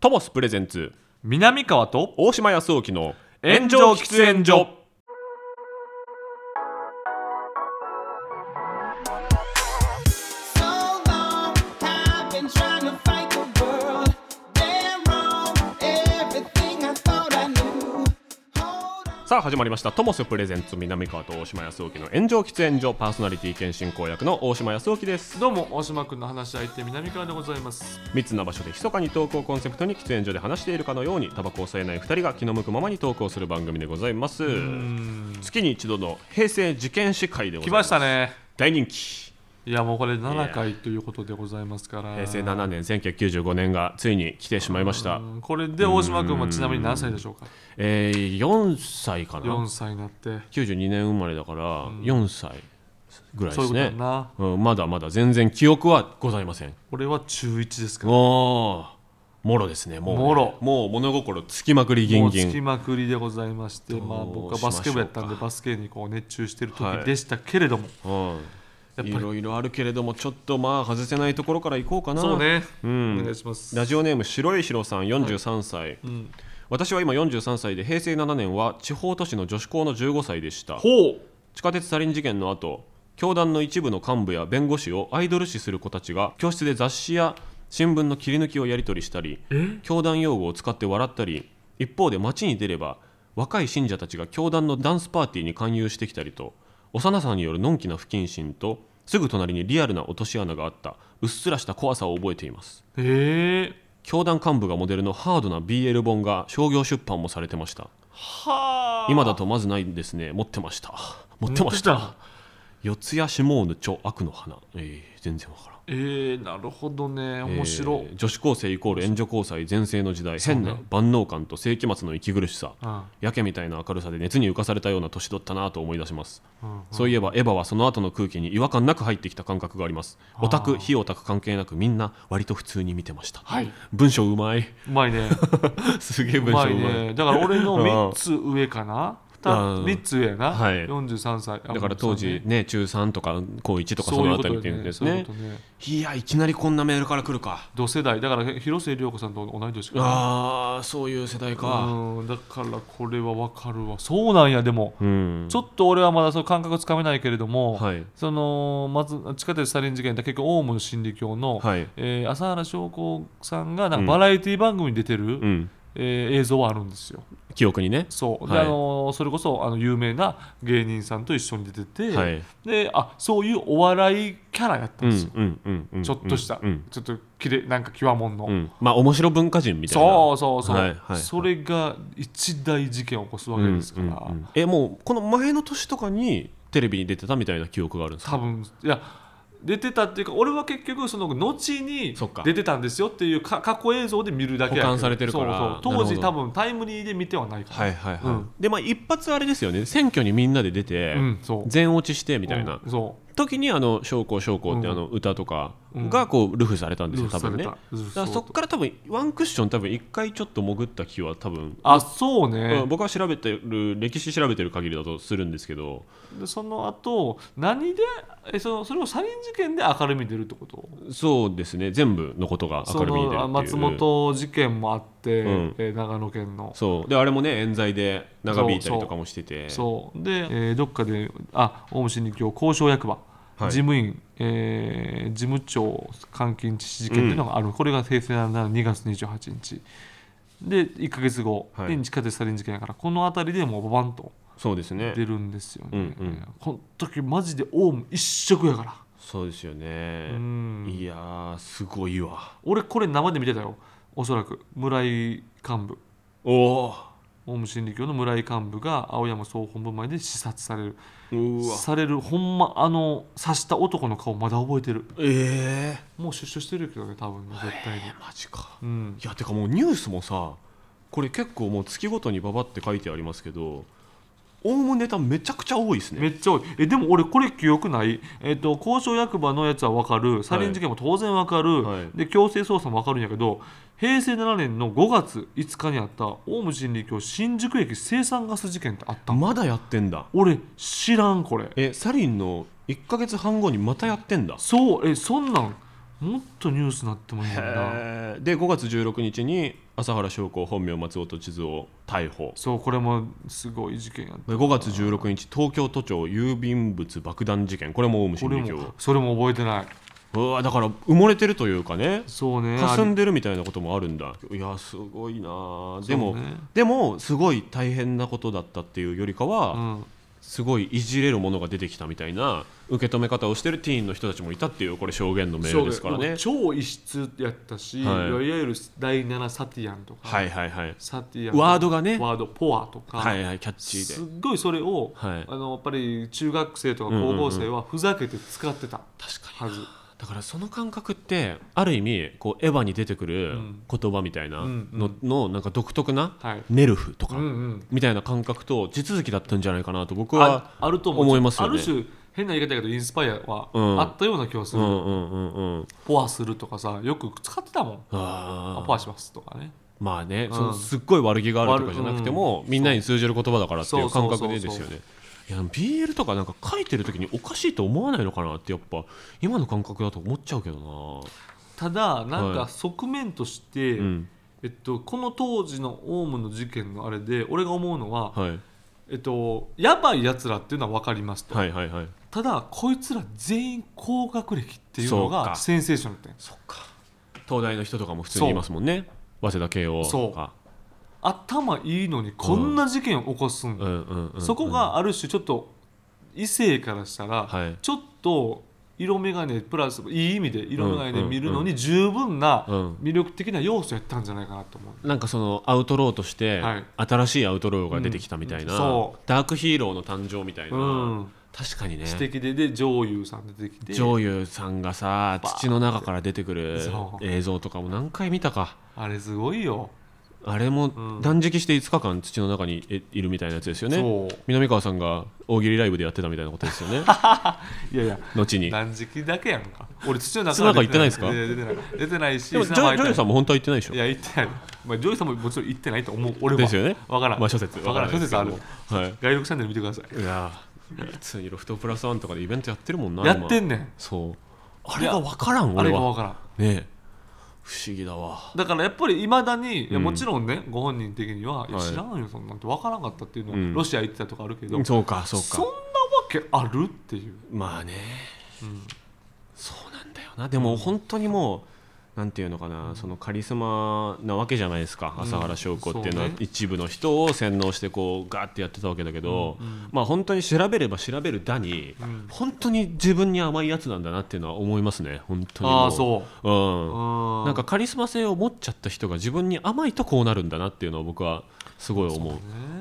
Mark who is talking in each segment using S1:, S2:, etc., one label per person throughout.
S1: トモスプレゼンツ
S2: 南川と
S1: 大島康沖の
S2: 炎上喫煙所
S1: さあ始まりましたトモスプレゼンツ南川と大島康沖の炎上喫煙所パーソナリティ兼進行役の大島康沖です
S2: どうも大島君の話し相手南川でございます
S1: 密な場所で密かにトークをコンセプトに喫煙所で話しているかのようにタバコを吸えない2人が気の向くままにトークをする番組でございます月に一度の平成受験士会でござ
S2: 来
S1: いま
S2: ますしたね
S1: 大人気
S2: いやもうこれ7回ということでございますから
S1: 平成7年1995年がついに来てしまいました
S2: うんこれで大島君はちなみに何歳でしょうか
S1: えー、4歳かな
S2: 4歳になって
S1: 92年生まれだから4歳ぐらい
S2: そう
S1: で
S2: いう
S1: す
S2: ことや
S1: ね
S2: な
S1: うん、まだまだ全然記憶はございません
S2: 俺は中1ですから
S1: おーもろですねもうね
S2: もろ
S1: もう物心つきまくりギ
S2: も
S1: ン
S2: う
S1: ギ
S2: つき
S1: ン
S2: まくりでございましてまあ
S1: どう
S2: 僕はバスケ部やったん
S1: しまし
S2: で
S1: ょうか
S2: バスケにこう熱中してる時でしたけれども
S1: うん
S2: やっぱ
S1: い
S2: り
S1: ろいろあるけれどもちょっとまあ外せないところから行こうかな
S2: そうね
S1: うん
S2: お願いします
S1: ラジオネーム白いひろさん43歳、
S2: うん
S1: 私は今43歳で平成7年は地方都市の女子校の15歳でした
S2: ほう
S1: 地下鉄サリン事件の後教団の一部の幹部や弁護士をアイドル視する子たちが教室で雑誌や新聞の切り抜きをやり取りしたり教団用語を使って笑ったり一方で街に出れば若い信者たちが教団のダンスパーティーに勧誘してきたりと幼さによるのんきな不謹慎とすぐ隣にリアルな落とし穴があったうっすらした怖さを覚えています
S2: ええ
S1: 教団幹部がモデルのハードな BL 本が商業出版もされてました
S2: はあ
S1: 今だとまずないんですね持ってました持ってました
S2: 持って
S1: 四谷シモーヌ著悪の花、えー全然わからん
S2: えー、なるほどね面白、
S1: えー女子高生イコール援助交際全盛の時代変な万能感と世紀末の息苦しさ
S2: うん
S1: やけみたいな明るさで熱に浮かされたような年取ったなと思い出します、
S2: うん
S1: そういえばエヴァはその後の空気に違和感なく入ってきた感覚がありますオタク非オタク関係なくみんな割と普通に見てました、
S2: はい
S1: 文章うまい
S2: うまいね
S1: すげえ
S2: う
S1: 文章う
S2: ま
S1: まい
S2: いねだから俺の
S1: うん
S2: 3つ上かな
S1: うん
S2: 3つ上やな、
S1: はい
S2: 43歳
S1: だから当時ね中3とか高1とかそ
S2: そう
S1: の
S2: いう
S1: あ
S2: こ
S1: たり
S2: とよ
S1: っていうん
S2: ね
S1: です
S2: そういう
S1: ね
S2: ことね
S1: いやいきなりこんなメールから来るか
S2: 同世代だから広末涼子さんと同い年かな
S1: ああそういう世代か
S2: うんだからこれはわかるわそうなんやでも、
S1: うん
S2: ちょっと俺はまだその感覚つかめないけれども、
S1: はい
S2: そのまず地下鉄サリン事件って結構オウムの真理教の、
S1: はい
S2: えー朝原彰子さんがなん
S1: うん
S2: かバラエティ番組に出てる、
S1: うん
S2: えー映像はあるんですよ。
S1: 記憶にね
S2: そうで、
S1: はい
S2: あのーそれこそあの有名な芸人さんと一緒に出てて、
S1: はい
S2: であそういうお笑いキャラやった
S1: うんん
S2: ですよ、
S1: うんうんうん
S2: ちょっとした、
S1: うん
S2: ちょっときれなんかきわもんの、
S1: うんまあ面白文化人みたいな
S2: そうそうそう、
S1: はいはい
S2: それが一大事件を起こすわけですから、
S1: うんうんうんえもうこの前の年とかにテレビに出てたみたいな記憶があるんですか
S2: 多分いや出てたっていうか俺は結局その後に
S1: そっか
S2: 出てたんですよっていうか過去映像で見るだけやけど
S1: 保管されてるから
S2: そうそう当
S1: なる
S2: 時
S1: ほど
S2: 多分タイムリーで見てはないから、
S1: はいはいはい、
S2: うん
S1: でまあ一発あれですよね選挙にみんなで出て、
S2: うんそう
S1: 全落ちしてみたいな、
S2: うんそ
S1: 時にあの「将校将校」って
S2: うん
S1: あの歌とかがこうルフされたん
S2: う
S1: ですよ多分ね
S2: ル
S1: だ
S2: ー
S1: か
S2: プさ
S1: ら
S2: れたループ
S1: そっから多分ワンクッション多分一回ちょっと潜った気は多分
S2: あそう
S1: う
S2: ね
S1: ん、僕は調べてる歴史調べてる限りだとするんですけど
S2: でその後何でえそのそれをサリン事件で明るみに出るってこと
S1: そうですね全部のことが明
S2: そ
S1: るみに出るってい
S2: の
S1: う
S2: あ松本事件もあって、
S1: うん
S2: えー長野県の
S1: そうであれもね冤罪で長引いたりとかもしてて
S2: そうで、えーどっかであオウム真理教交渉役場、
S1: はい
S2: 事務員、えー事務長監禁致死事件というのがある、これが平成7年2月28日で1か月後、
S1: はい
S2: で地下鉄サリン事件やからこの辺りでもうババンと
S1: そうですね
S2: 出るんですよね、
S1: うんうん
S2: この時マジでオウム一色やか
S1: そうですよ
S2: ら、う
S1: ね
S2: ん
S1: いやーすごいわ
S2: 俺これ生で見てたよおそらく村井幹部
S1: お
S2: オウム真理教の村井幹部が青山総本部前で視察される
S1: おうわ
S2: されるほんまあの刺した男の顔まだ覚えてる
S1: ええ
S2: もう出所してるけどね多分ね絶対に、
S1: マジか
S2: うん、
S1: いやてかもうニュースもさこれ結構もう月ごとにババって書いてありますけどオウムネタめちゃくちゃ多いです
S2: め
S1: ね
S2: っちゃ多いえでも俺これ記憶ない、えっと交渉役場のやつは分かるサリン事件も当然分かる、
S1: はい
S2: で強制捜査も分かるんやけど平成7年の5月5日にあったオウム真理教新宿駅生産ガス事件ってあった、
S1: まだやってんだ
S2: 俺知らんこれ
S1: えサリンの1か月半後にまたやってんだ
S2: そうえそんなんもっとニュースなってもいいんだな
S1: へーで5月16日に朝原将校本名松尾と地図を逮捕
S2: そうこれもすごい事件やった
S1: で5月16日東京都庁郵便物爆弾事件これもオウム真
S2: これ
S1: 理教
S2: もそれも覚えてないう
S1: わだから埋もれてるというかね
S2: そうね
S1: 霞ん
S2: で
S1: でるみたいなこともあるんだいやすごいなあでも、
S2: ね
S1: でもすごい大変なことだったっていうよりかは、
S2: うん、
S1: すごいいじれるものが出てきたみたいな受け止め方をしてるティーンの人たちもいたっていうこれ証言のメールですから
S2: そうだ
S1: ね
S2: よもう超異質やったし、
S1: はい
S2: い、わゆる第7サティアンとか、
S1: はいはいはい
S2: サティアン
S1: ワードがね
S2: ワードポアとか、
S1: はいはいキャッチ
S2: す
S1: ー
S2: っ
S1: で
S2: ごいそれを、
S1: はい
S2: あのやっぱり中学生とか高校生はふざけて使ってた
S1: 確かに
S2: はず、
S1: だからその感覚ってある意味こうエヴァに出てくる
S2: うん
S1: 言葉みたいなの,、
S2: うん
S1: のなんか独特な
S2: はい
S1: ネルフとか
S2: うんうん、
S1: みたいな感覚と地続きだったんじゃないかなと僕は
S2: ああると思う
S1: 思いますよね
S2: ある種変な言い方だけどインスパイアは
S1: うん
S2: あったような気がす
S1: う
S2: る、
S1: んうんうんうん
S2: ポアするとかさよく使ってたもん
S1: あ
S2: あ
S1: ー
S2: ポアしますとかね
S1: まあね、
S2: うん
S1: そのすっごい悪気があるとかじゃなくても、みんなに通じる言葉だからっていう感覚でです
S2: そう
S1: よ
S2: そうそう
S1: ね。いや BL とかなんか書いてる時におかしいと思わないのかなってやっぱ今の感覚だと思っちゃうけどな、
S2: ただなん
S1: は
S2: か
S1: い
S2: 側面として、
S1: うん
S2: えっと、この当時のオウムの事件のあれで俺が思うのは、
S1: はい、
S2: えっと、やばいやつらっていうのは分かりますと、
S1: はいはいはい
S2: ただこいつら全員高学歴っていうの
S1: そうか
S2: がセンセーションだったんです
S1: そっか東大の人とかも普通にいますもんね早稲田慶応とか
S2: 頭いいのにこんな事件を起こすんだ、
S1: うんうんうん
S2: そこがある種ちょっと異性からしたら、
S1: はい
S2: ちょっと色眼鏡プラスいい意味で色眼鏡で見るの
S1: うんうん
S2: に十分な
S1: うん
S2: 魅力的な要素やったんじゃないかなと思う、
S1: なんかそのアウトローとして
S2: はい
S1: 新しいアウトローが出てきたみたいな、
S2: うんそ
S1: ダークヒーローの誕生みたいな、
S2: うん、
S1: 確かにね
S2: 知的でで女優さん出てきて
S1: 上優さんがさ
S2: バーン
S1: 土の中から出てくる
S2: そう
S1: 映像とかも何回見たか
S2: あれすごいよ、
S1: あれも
S2: うん
S1: 断食して5日間土の中にえいるみたいなやつですよね
S2: そう
S1: 南川さんが大喜利ライブでやってたみたいなことですよね
S2: いやいや
S1: 後にで
S2: 断食だけやんか俺土の中
S1: 土の中行ってないですか
S2: 出てない出てないし
S1: も
S2: 砂場入
S1: 上
S2: ってな
S1: 優
S2: い
S1: さんも本当は言ってないでしょ
S2: いや行ってない、まあ、ジョイさんももちろん行ってないと思う俺は
S1: ですよね
S2: 分からん、
S1: まあ諸説
S2: 分からん諸説ある
S1: わからないです
S2: 外力チャンネル見てください
S1: けどはいいやー普通にロフトプラスワンとかでイベントやってるもんな
S2: やって
S1: 今
S2: んねん
S1: そうあれが分からん
S2: あ
S1: 俺
S2: れが
S1: は
S2: 分からん
S1: ねえ不思議だわ
S2: だからやっぱりいまだに、いや
S1: うん
S2: もちろんねご本人的には、いや
S1: はい
S2: 知らんよそんなんて分からんかったっていうのは、
S1: うん
S2: ロシア行ってたとかあるけど
S1: そうかそう
S2: そんな
S1: か
S2: わけあるっていう
S1: まあね
S2: うん
S1: そうなんだよなでも本当にもうなんていうのかなそのカリスマなわけじゃないですか
S2: ん
S1: 朝原将子っていうのは
S2: そうね
S1: 一部の人を洗脳してこうガーってやってたわけだけど、
S2: うんうん
S1: まあ本当に調べれば調べるだに、
S2: うん
S1: 本当に自分に甘いやつなんだなっていうのは思いますね本当にも
S2: ああそう
S1: う、
S2: うんん
S1: なんかカリスマ性を持っちゃった人が自分に甘いとこうなるんだなっていうのを僕はすごい思う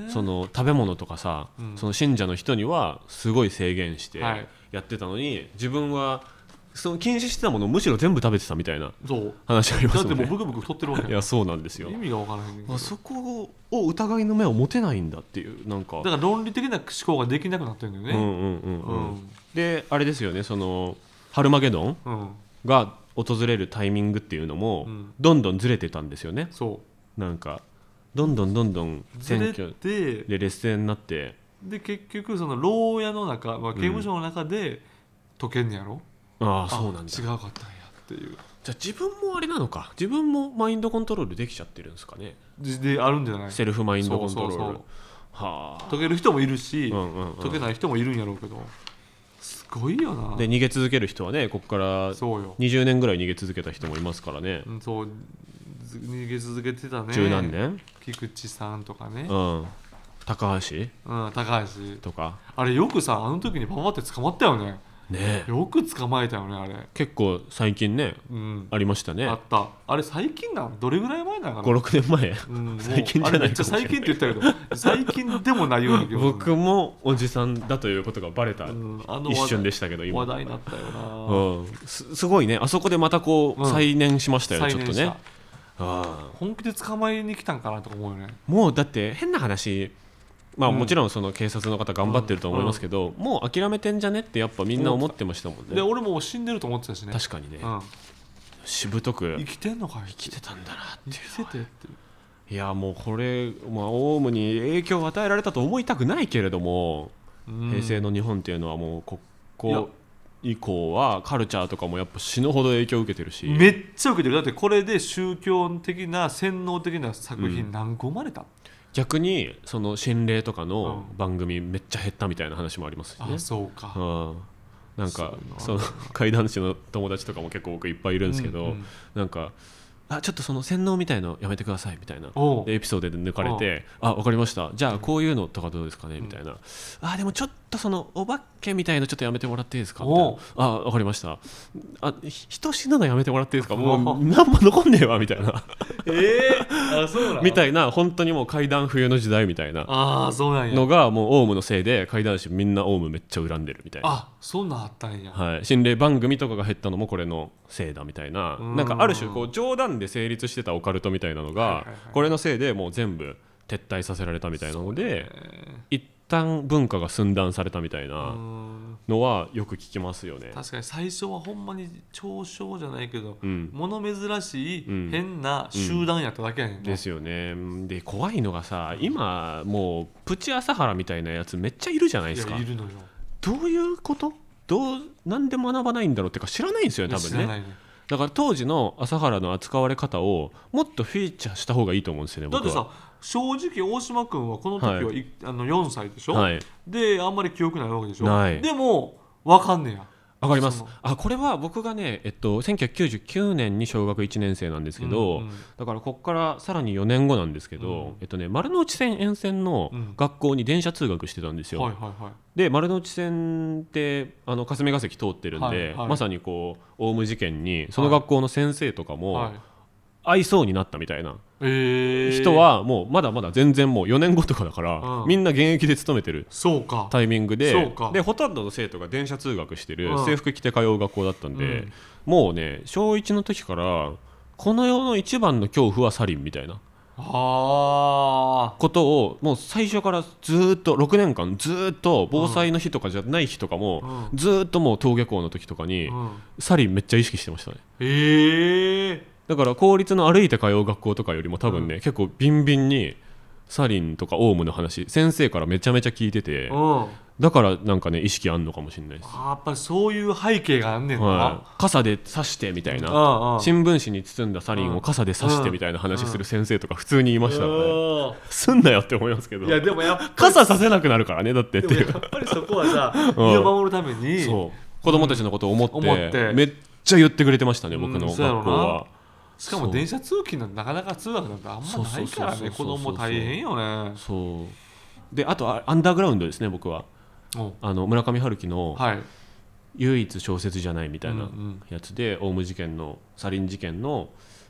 S2: ね
S1: その食べ物とかさ、
S2: うん
S1: その信者の人にはすごい制限して
S2: はい
S1: やってたのに、自分はその禁止してたものをむしろ全部食べてたみたいな
S2: そう
S1: 話ありま
S2: だっ
S1: す
S2: て
S1: よ
S2: もう
S1: ね
S2: ブクブク取ってるわけ
S1: いやそうなんですよ
S2: 意味が分からへんねんけど
S1: あそこを疑いの目を持てないんだっていうなんか
S2: だから論理的な思考ができなくなってるんだ
S1: うん
S2: よね
S1: うんうん
S2: う
S1: うん、
S2: ん
S1: であれですよねそのハルマゲドン
S2: うん
S1: が訪れるタイミングっていうのも、
S2: うん
S1: どんどんずれてたんですよね
S2: そ
S1: なんかどんどんどんどん
S2: うず
S1: 選
S2: れ
S1: 挙
S2: て
S1: で劣勢になって
S2: で結局その牢屋の中、まあ、刑務所の中で解けんねやろ、
S1: ああ
S2: あ
S1: そうなんだ
S2: 違うかったんやっていう
S1: じゃあ自分もあれなのか自分もマインドコントロールできちゃってるんですかね、
S2: であるんじゃない
S1: セ
S2: 解
S1: ルフマインドコントロール
S2: そうそうそう
S1: はあ、
S2: ける人もいるし、
S1: うんうんうん
S2: 解けない人もいるんやろうけどすごいよな
S1: で逃げ続ける人はねここから
S2: そうよ、
S1: 20年ぐらい逃げ続けた人もいますからね
S2: うん、そうず逃げ続けてたね
S1: 十何年、
S2: 菊池さんとかね、
S1: うん、高橋
S2: うん、高橋
S1: とか
S2: あれよくさあの時にパパって捕まったよね
S1: ねえ
S2: よく捕まえたよねあれ
S1: 結構最近ね
S2: うん
S1: ありましたね
S2: あったあれ最近なんどれぐらい前なのかな、
S1: 56年前
S2: うん、もう
S1: 最近じゃ
S2: あ
S1: ない
S2: れめっちゃ最近って言ったけど最近でもないような気がする
S1: 僕もおじさんだということがバレた
S2: うんあの
S1: 一瞬で
S2: し
S1: したけど
S2: た
S1: 今
S2: 話題になったよな、
S1: うん、すすごいねあそこでまたこう
S2: うん
S1: 再燃しましたよね、
S2: 再
S1: ちょっ
S2: 燃
S1: と
S2: し
S1: ね
S2: た
S1: ああ
S2: 本気で捕まえに来たんかなとか思うよね
S1: もうだって変な話まあ
S2: うん
S1: もちろんその警察の方頑張ってると思いますけど、もう諦めてんじゃねってやっぱみんな思ってましたもん
S2: で
S1: ね
S2: 俺もう死んでると思ってたしね
S1: 確かにね、
S2: うん、
S1: しぶとく
S2: 生きてんのかよ
S1: 生きてたんだなって
S2: 生
S1: い
S2: きててって
S1: ういやもうこれ、まあ、オウムに影響を与えられたと思いたくないけれども、
S2: うん
S1: 平成の日本っていうのはもうこ
S2: いや
S1: こ以降はカルチャーとかもやっぱ死ぬほど影響を受けてるし
S2: めっちゃ受けてるだってこれで宗教的な洗脳的な作
S1: う
S2: 品何個生まれた、
S1: 逆にその心霊とかの番組めっちゃ減ったみたいな話もありますよね
S2: あ。そうか、
S1: うんなんか
S2: そ
S1: そうの 怪談師の友達とかも結構僕いっぱいいるんですけど、
S2: うんうん
S1: なんかあちょっとその洗脳みたいのやめてくださいみたいな
S2: おう
S1: でエピソードで抜かれてあわかりましたじゃあこういうのとかどうですかねみたいなあでもちょっとそのお化けみたいのちょっとやめてもらっていいですかみたい
S2: お
S1: なあわかりましたあひ人死ぬのやめてもらっていいですかもう何も残んねえわみたいな
S2: えー、あそうなの
S1: みたいな本当にもう怪談冬の時代みたいな
S2: ああそうなんや
S1: のがもうオウムのせいで怪談師みんなオウムめっちゃ恨んでるみたいな
S2: あそんなんあったんや、
S1: はい、心霊番組とかが減ったのもこれのせいだみたいな
S2: うん
S1: なんかある種こう冗談で成立してたオカルトみたいなの
S2: はいはい
S1: が
S2: はい
S1: これのせいでもう全部撤退させられたみたいなので
S2: え
S1: 一旦文化が寸断されたみたい
S2: ーう
S1: なんのはよく聞きますよね。
S2: 確かに最初はほんまに嘲笑じゃないけど、
S1: うん
S2: 物珍しい
S1: うん
S2: 変な集団やっただけやねんな、
S1: ですよねで怖いのがさ今もうプチ朝原みたいなやつめっちゃいるじゃないです
S2: い
S1: か
S2: やいるのよ
S1: どういうことどうなんで学ばないんだろうってか知らないんですよね多
S2: 知
S1: 分
S2: ら
S1: ね
S2: ないね
S1: だから当時の朝原の扱われ方をもっとフィーチャーした方がいいと思うんですよね
S2: だっ
S1: 僕
S2: て
S1: は
S2: さ正直大島君はこの時は、い
S1: は
S2: あの4歳でしょ、
S1: はい
S2: であんまり記憶ないわけでしょ
S1: ない
S2: でも分かんねや
S1: わかります
S2: その
S1: あこれは僕がね、えっと、1999年に小学1年生なんですけど、
S2: うんうん
S1: だからここからさらに4年後なんですけど、
S2: うん
S1: えっとね、丸の内線沿線の
S2: うん
S1: 学校に電車通学してたんですよ、
S2: はいはいはい
S1: で丸の内線ってあの霞が関通ってるんで、
S2: はいはい
S1: まさにこうオウム事件にその学校の先生とか
S2: は
S1: も
S2: い
S1: 会いそうになったみたいな
S2: えー、
S1: 人はもうまだまだ全然もう4年後とかだから、
S2: うん
S1: みんな現役で勤めてる
S2: そうか
S1: タイミング
S2: そう
S1: で
S2: か
S1: でほとんどの生徒が電車通学してる
S2: うん
S1: 制服着て通う学校だったんで、
S2: うん
S1: もうね小1の時からこの世の一番の恐怖はサリンみたいな
S2: あ
S1: ことをもう最初からずーっと6年間ずーっと防災の日とかじゃない日とかも、
S2: あ、
S1: ずーっともう登下校の時とかに、
S2: うん、
S1: サリンめっちゃ意識してましたね
S2: ええ
S1: だから公立の歩いて通う学校とかよりも多分ね、結構ビンビンにサリンとかオウムの話先生からめちゃめちゃ聞いてて
S2: うん、
S1: だからなんかね意識あんのかもしれないです
S2: あーやっぱりそういう背景があんねんな、
S1: はい、傘で刺してみたいな
S2: ああ
S1: 新聞紙に包んだサリンを傘で刺してみたいな話する先生とか普通にいましたよねすんなよって思いますけど
S2: いやでもやっぱ
S1: 傘させなくなるからねだってっ
S2: り
S1: て
S2: で
S1: い
S2: も
S1: う
S2: やっぱりそこはさ
S1: うん
S2: 身を守るために
S1: そう子供たちのことを思って,、
S2: 思って
S1: めっちゃ言ってくれてましたね
S2: うん
S1: 僕の学
S2: そ
S1: 校
S2: うやろうな
S1: は
S2: しかも電車通勤なんてなかなか通学なんてあんまないか
S1: そ
S2: ら
S1: うそうそうそう
S2: ね
S1: そ
S2: 子
S1: う
S2: 供大変よね
S1: そうであとあアンダーグラウンドですね僕は
S2: お
S1: あの村上春樹の
S2: はい
S1: 唯一小説じゃないみたいな
S2: うん
S1: やつで、オウム事件のサリン事件の、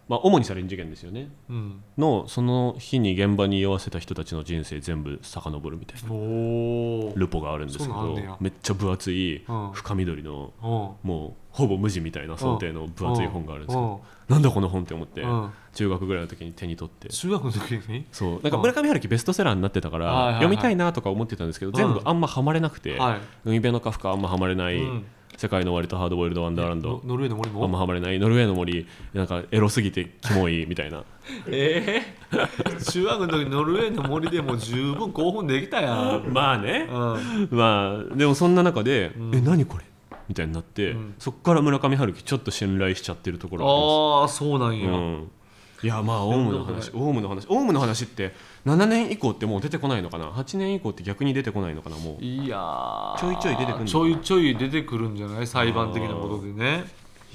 S1: まあ、主にサリン事件ですよね
S2: うん
S1: のその日に現場に居合わせた人たちの人生全部遡るみたいな
S2: うんおー
S1: ルポがあるんですけ
S2: そんなんあんね
S1: ど
S2: や
S1: めっちゃ分厚い
S2: うん
S1: 深緑の
S2: うん
S1: もうほぼ無地みたいな想定の分厚い本があるんですけど
S2: うん
S1: なんだこの本って思って
S2: うん
S1: 中学ぐらいの時に手に取って
S2: 中学の時に
S1: そうなんか村上春樹ベストセラーになってたか
S2: はいはいは
S1: ら
S2: い
S1: 読みたいなとか思ってたんですけど全部あんまハマれなくて
S2: は
S1: 海辺のカフカあんまハマれないい
S2: うん
S1: 世界の終わりとハードボイルドワンダーランド
S2: ノノルウェーの森
S1: あんま
S2: も
S1: ハマれないノルウェーの森なんかエロすぎてキモいみたいな
S2: ええ 中学の時ノルウェーの森でもう十分興奮できたやん
S1: まあね
S2: うん
S1: まあでもそんな中で「
S2: うん
S1: え何これ?」みたいになって、
S2: うん
S1: そこから村上春樹ちょっと信頼しちゃってるところ
S2: ああそうなん
S1: あり
S2: や、
S1: ます、うん、いやまあオウムの話オウムの話オウムの話って7年以降ってもう出てこないのかな8年以降って逆に出てこないのかなもう
S2: いやー
S1: ちょいちょい出てくるのかな
S2: ちょいちょい出てくるんじゃない裁判的なことでね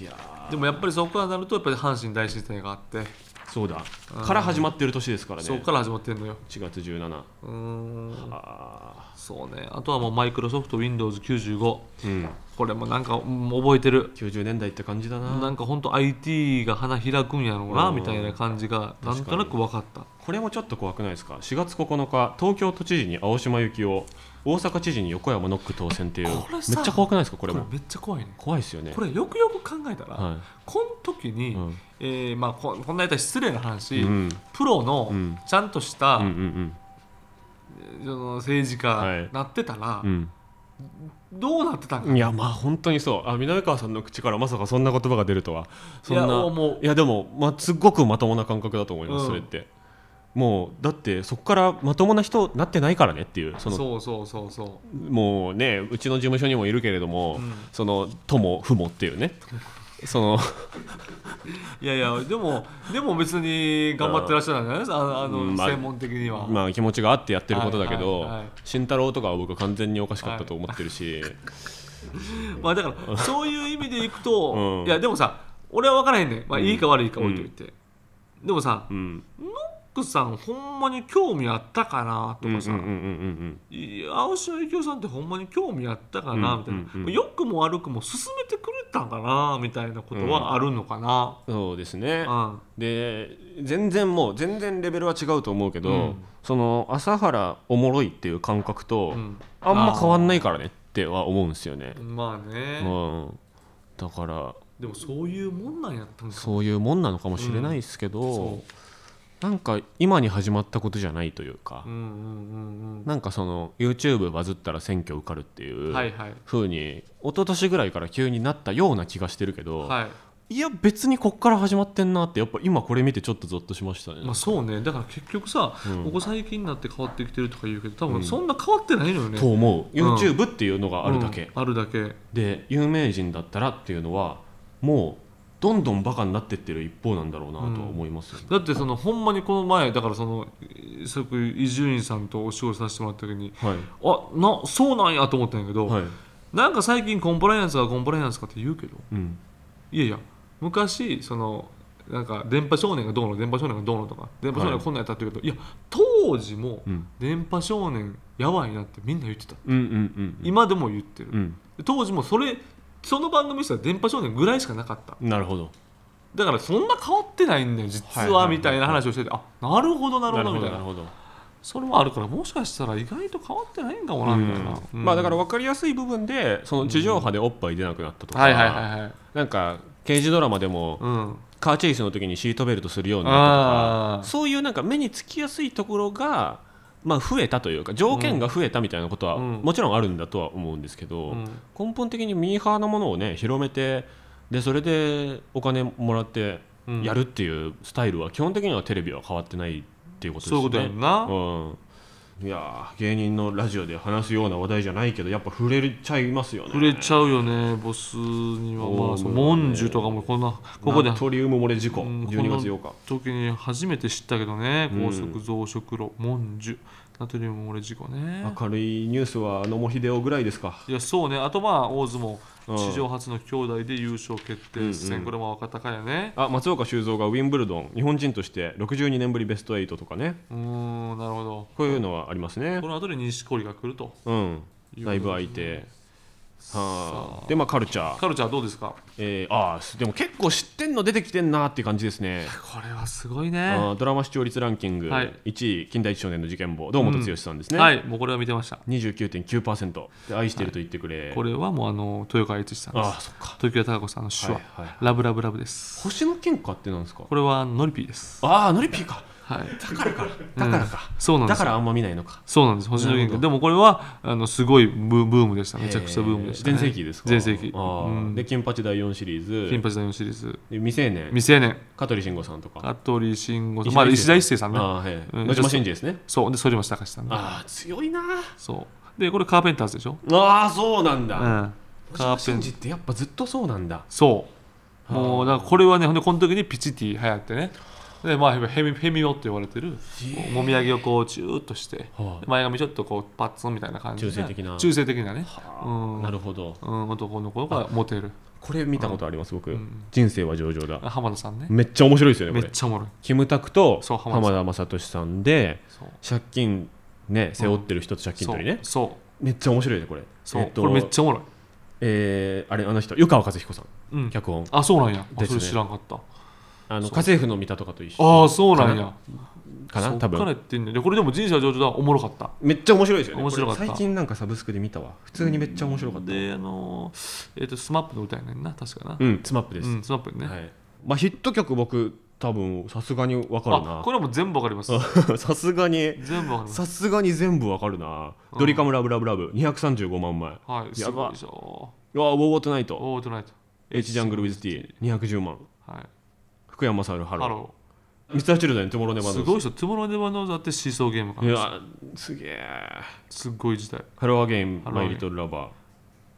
S1: いや
S2: でもやっぱりそこからなるとやっぱり阪神大震災があって、
S1: そうだから始まってる年ですからね
S2: そこから始まってんのよ
S1: 4月17
S2: うーん
S1: あ
S2: そうねあとはもうマイクロソフト Windows95
S1: ーうん
S2: これもなんかうん覚えてる
S1: 90年代って感じだな
S2: なんかほんと IT が花開くんやろうな
S1: うん
S2: みたいな感じがなんとなく分かった
S1: これもちょっと怖くないですか4月9日東京都知事に青島由紀夫大阪知事に横山ノック当選っていう
S2: こ
S1: めっ
S2: れさ
S1: ちゃ怖くないですかこれ
S2: これ
S1: も
S2: めっちゃ怖いね
S1: 怖いですよね
S2: これよくよく考えたら、
S1: は
S2: この時
S1: い
S2: に、
S1: うん
S2: えーまあ、ここんなやったら失礼な話、
S1: うん
S2: プロの
S1: うん
S2: ちゃんとした、
S1: うんうん
S2: その政治
S1: はい
S2: 家なってたら、
S1: うん
S2: どうなってたんか
S1: うんいやまあ本当にそうあ南川さんの口からまさかそんな言葉が出るとはそんない
S2: やもう
S1: いやでも、まあ、すっごくまともな感覚だと思います、
S2: うん
S1: それってもうだってそこからまともな人なってないからねっていうその
S2: そうそうそうそ
S1: もうねうちの事務所にもいるけれども、
S2: うん
S1: その友父母っていうねその
S2: ういやいやでもでも別に頑張ってらっしゃるんじゃないですかああの、
S1: うんまあ
S2: 専門的には、
S1: まあ気持ちがあってやってることだけど、
S2: はいはいはい
S1: 慎太郎とかは僕は完全におかしかったと思ってるし、
S2: まあだからそういう意味でいくと、
S1: うん
S2: いやでもさ俺は分からへんねん、まあ、いいか悪いか置いといて、でもさ
S1: うん、
S2: 奥さんほんまに興味あったかなと
S1: うんうん
S2: か
S1: うんうん
S2: さ、いや青島幸男さんってほんまに興味あったかな
S1: うん
S2: みたいな、
S1: うんうん
S2: 良くも悪くも進めてくれたんかなみたいなことはあるのかな、
S1: うんそうですね
S2: うん
S1: で全然もう全然レベルは違うと思うけど、
S2: うん
S1: その朝原おもろいっていう感覚と、
S2: うん
S1: あんま変わんないからねっては思うんですよね、
S2: まあ
S1: う
S2: ね、
S1: ん、だから
S2: でもそういうもんなんやったんです
S1: そういうもんなのかもしれないですけど、
S2: そ
S1: なんか今に始まったことじゃないというか
S2: う、うんうんうん
S1: なんかその YouTube バズったら選挙受かるってい
S2: うんはいうはい
S1: 風に一昨年ぐらいから急になったような気がしてるけど、
S2: はい
S1: い、や別にこっから始まってんなってやっぱ今これ見てちょっとゾッとしましたね、
S2: まあそうねだから結局さ、
S1: うん
S2: ここ最近になって変わってきてるとか言うけど多
S1: う
S2: 分
S1: ん
S2: そんな変わってないのよね、
S1: と思う YouTube っていうのがあるだけ、
S2: うんあるだけ
S1: で有名人だったらっていうのはもうどんどんバカになってってる一方なんだろうなとは思いますよね、
S2: だってそのほんまにこの前だからそのえそこ伊集院さんとお仕事させてもらった時に
S1: はい
S2: あなそうなんやと思ったんやけど、
S1: はい、
S2: なんか最近コンプライアンスがコンプライアンスかって言うけど
S1: うん、
S2: いやいや昔そのなんか電波少年がどうの電波少年がどうのとか電波少年がこんなんやったって言うけど、い、や当時も
S1: うん
S2: 電波少年やばいなってみんな言ってた
S1: うんうんうん
S2: 今でも言ってる、
S1: うん
S2: 当時もそれその番組したら電波少年ぐらいしかなかった
S1: なるほど
S2: だからそんな変わってないんだよ実
S1: はいはい
S2: は
S1: はい
S2: みたいな話をしてて、あなるほどなるほどみたい
S1: な
S2: な
S1: るほど
S2: それもあるからもしかしたら意外と変わってないんかもなみたいな、
S1: うんまあだから
S2: は
S1: 分かりやすい部分でその地上波でおっぱい出なくなったとか、
S2: いはいはいはい
S1: なんか刑事ドラマでも
S2: うん
S1: カーチェイスの時にシートベルトするようになった
S2: あ
S1: とか
S2: ー
S1: そういうなんか目につきやすいところが、まあ、増えたというか条件が増えたみたいなことは
S2: うん
S1: もちろんあるんだとは思うんですけど、
S2: うん
S1: 根本的にミーハーなものをね広めてでそれでお金もらって
S2: うん
S1: やるっていうスタイルは基本的にはテレビは変わってないっていうことです
S2: そうい
S1: よ
S2: う
S1: ね。
S2: ことやんな、
S1: うん、いやー芸人のラジオで話すような話題じゃないけどやっぱ触れちゃいますよね
S2: 触れちゃうよねボスにはま
S1: お
S2: あ
S1: ー
S2: そうモンジュとかもこんなここで
S1: ナトリウム漏れ事故、
S2: うん
S1: 12月8日
S2: 時に初めて知ったけどね
S1: うん
S2: 高速増殖炉モンジュナトリウム漏れ事故ね
S1: 明るいニュースは野茂英雄ぐらいですか、
S2: いやそうねあとまあ大相撲
S1: うん
S2: 史上初の兄弟で優勝決定
S1: うんう
S2: 戦
S1: ん
S2: これも若隆景ね
S1: あ松岡修造がウィンブルドン日本人として62年ぶりベスト8とかね
S2: うーんなるほど
S1: こういうのはありますね
S2: この後に錦織が来ると
S1: うんだいぶ空いてはあでまあカルチャー、
S2: カルチャーどうですか
S1: えーああでも結構知ってんの出てきてんなっていう感じですね
S2: これはすごいね
S1: あードラマ視聴率ランキング
S2: はい
S1: 1位近代一少年の事件簿堂本剛さんですね、
S2: はいもうこれは見てました
S1: 29.9%で愛してると言ってくれ、
S2: これはもうあの豊川悦司さんで
S1: ああそ
S2: す
S1: っか
S2: 時川貴子さんの手話
S1: はいはいはい
S2: ラブラブラブです
S1: 星の喧嘩ってなんですか
S2: これはノリピーです
S1: ああノリピーか
S2: はい
S1: だからかだからか、
S2: そうなんで
S1: だ
S2: す
S1: からあんま見ないのか
S2: そうなんです星野
S1: なる
S2: 源
S1: ほ
S2: でもこれはあのすごいブブームでしためちゃくちゃブームでした、ね、
S1: 全盛期ですか
S2: 全盛期
S1: あー
S2: うん
S1: で金八第4シリーズ
S2: 金八大のシリーズ
S1: で未成年
S2: 未成年
S1: 香取慎吾さんとか
S2: 香取慎吾さんまあ石田一生さんね
S1: ああはい、
S2: うん
S1: 野島真二ですね
S2: そうで反町隆史さんね
S1: ああ強いな
S2: そうでこれカーペンターズでしょ、
S1: ああそうなん
S2: う
S1: だ、
S2: ん、
S1: 野
S2: カ
S1: 島
S2: ーペ
S1: 真
S2: ン
S1: 二ってやっぱずっとそうなんだ
S2: そうもうだからこれはねほんでこの時にピチティ流行ってねでまあヘミヘミオって呼ばれてるもみあげをこうチューっとして
S1: はい
S2: 前髪ちょっとこうパッツンみたいな感じで
S1: 中性的な
S2: 中性的なねうん
S1: なるほど
S2: うん男の子がモテる
S1: これ見たことあります僕、人生は上々だ
S2: 浜田さんね
S1: めっちゃ面白いですよね
S2: め
S1: こ
S2: っ
S1: れ
S2: ちゃおもろい
S1: キムタクと
S2: そう
S1: 浜
S2: 浜田さん
S1: 田雅俊さんで
S2: そう
S1: 借金ね背負ってる人と借金
S2: そう
S1: 取りね、
S2: そう
S1: めっちゃ面白いねこれ
S2: そう、
S1: えっと
S2: これめっちゃおもろい、
S1: えーあれあの人湯川和彦さん
S2: うん、
S1: 脚本
S2: あそうなんや、あ
S1: です
S2: そ
S1: ね
S2: れ知らんかった
S1: あの
S2: そう
S1: 家政婦の見たとかと一緒
S2: ああそうなんや
S1: かな
S2: そっ
S1: 多
S2: からや
S1: 分
S2: ってんねんでこれでも人生は上手だおもろかった
S1: めっちゃ面白いですよね
S2: 面白かった
S1: これ最近なんかサブスクで見たわ普通にめっちゃ面白かった
S2: であのー、えっ、とスマップの歌やねんな確かな
S1: うんスマップで
S2: う
S1: す、
S2: んスマップね、
S1: はいまあ、ヒット曲僕多分さすがに分か
S2: あこ
S1: る
S2: れはもう全部わかります
S1: な さすがに
S2: 全部わかり ます
S1: さすがに全部分かるな、
S2: うん
S1: ドリカムラブラブラブ235万枚
S2: はいす
S1: や
S2: ご
S1: ば
S2: いでしょ
S1: うわウォーウォートナイト
S2: オートナイト
S1: H ジャングルウィズ T210 万
S2: はい
S1: 福山雅治ハ
S2: ハ
S1: ロー
S2: ロ
S1: ミスターチルダにトゥモローネバー
S2: す
S1: ノー
S2: ごい人トゥモローネバーノーズあってシーソーゲームか
S1: い
S2: な
S1: やすげえ
S2: すっごい時代
S1: ハローアゲイン
S2: Hello
S1: マイリトルラバ